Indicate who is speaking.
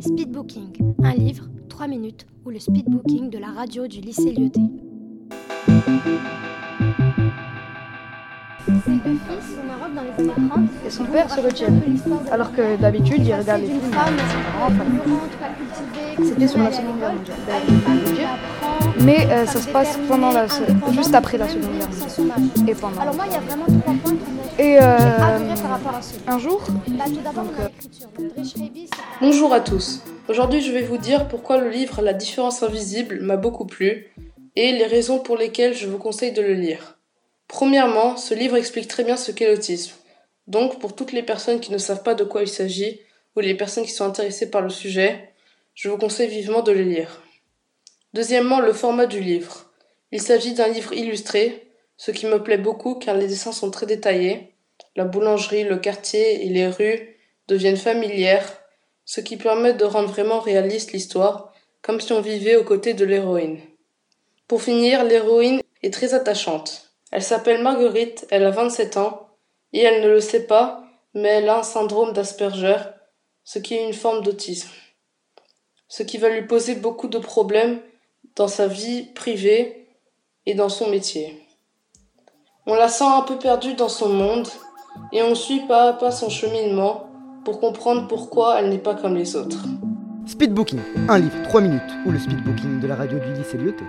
Speaker 1: Speedbooking, un livre, 3 minutes, ou le speedbooking de la radio du lycée Lyoté.
Speaker 2: Ces deux filles sont au Maroc dans les années 30.
Speaker 3: Et son père se retient. Alors que d'habitude, il regarde les
Speaker 2: Une
Speaker 3: films.
Speaker 2: femme,
Speaker 3: Enfin,
Speaker 2: pas cultivée,
Speaker 3: C'était sur la
Speaker 2: qui
Speaker 3: Seconde Guerre mondiale.
Speaker 2: allait à l'école, à une femme qui apprend,
Speaker 3: Mais euh, ça se passe pendant la, se-
Speaker 2: indépendante,
Speaker 3: juste après la Seconde
Speaker 2: même
Speaker 3: Guerre
Speaker 2: sans
Speaker 3: mondiale.
Speaker 2: son mari.
Speaker 3: Et pendant.
Speaker 2: Alors moi, il y a vraiment trois points qui m'ont
Speaker 3: Et euh,
Speaker 2: adoré par rapport à ce livre.
Speaker 3: un jour,
Speaker 2: Bah, tout d'abord, on a
Speaker 3: euh,
Speaker 2: l'écriture. Drish Rebi, c'est un-
Speaker 4: Bonjour à tous. Aujourd'hui, je vais vous dire pourquoi le livre La différence invisible m'a beaucoup plu et les raisons pour lesquelles je vous conseille de le lire. Premièrement, ce livre explique très bien ce qu'est l'autisme. Donc, pour toutes les personnes qui ne savent pas de quoi il s'agit ou les personnes qui sont intéressées par le sujet, je vous conseille vivement de le lire. Deuxièmement, le format du livre. Il s'agit d'un livre illustré, ce qui me plaît beaucoup car les dessins sont très détaillés. La boulangerie, le quartier et les rues deviennent familières ce qui permet de rendre vraiment réaliste l'histoire, comme si on vivait aux côtés de l'héroïne. Pour finir, l'héroïne est très attachante. Elle s'appelle Marguerite, elle a 27 ans, et elle ne le sait pas, mais elle a un syndrome d'Asperger, ce qui est une forme d'autisme. Ce qui va lui poser beaucoup de problèmes dans sa vie privée et dans son métier. On la sent un peu perdue dans son monde, et on suit pas à pas son cheminement pour comprendre pourquoi elle n'est pas comme les autres.
Speaker 5: Speedbooking, un livre, 3 minutes, ou le speedbooking de la radio du lycée Lyoté.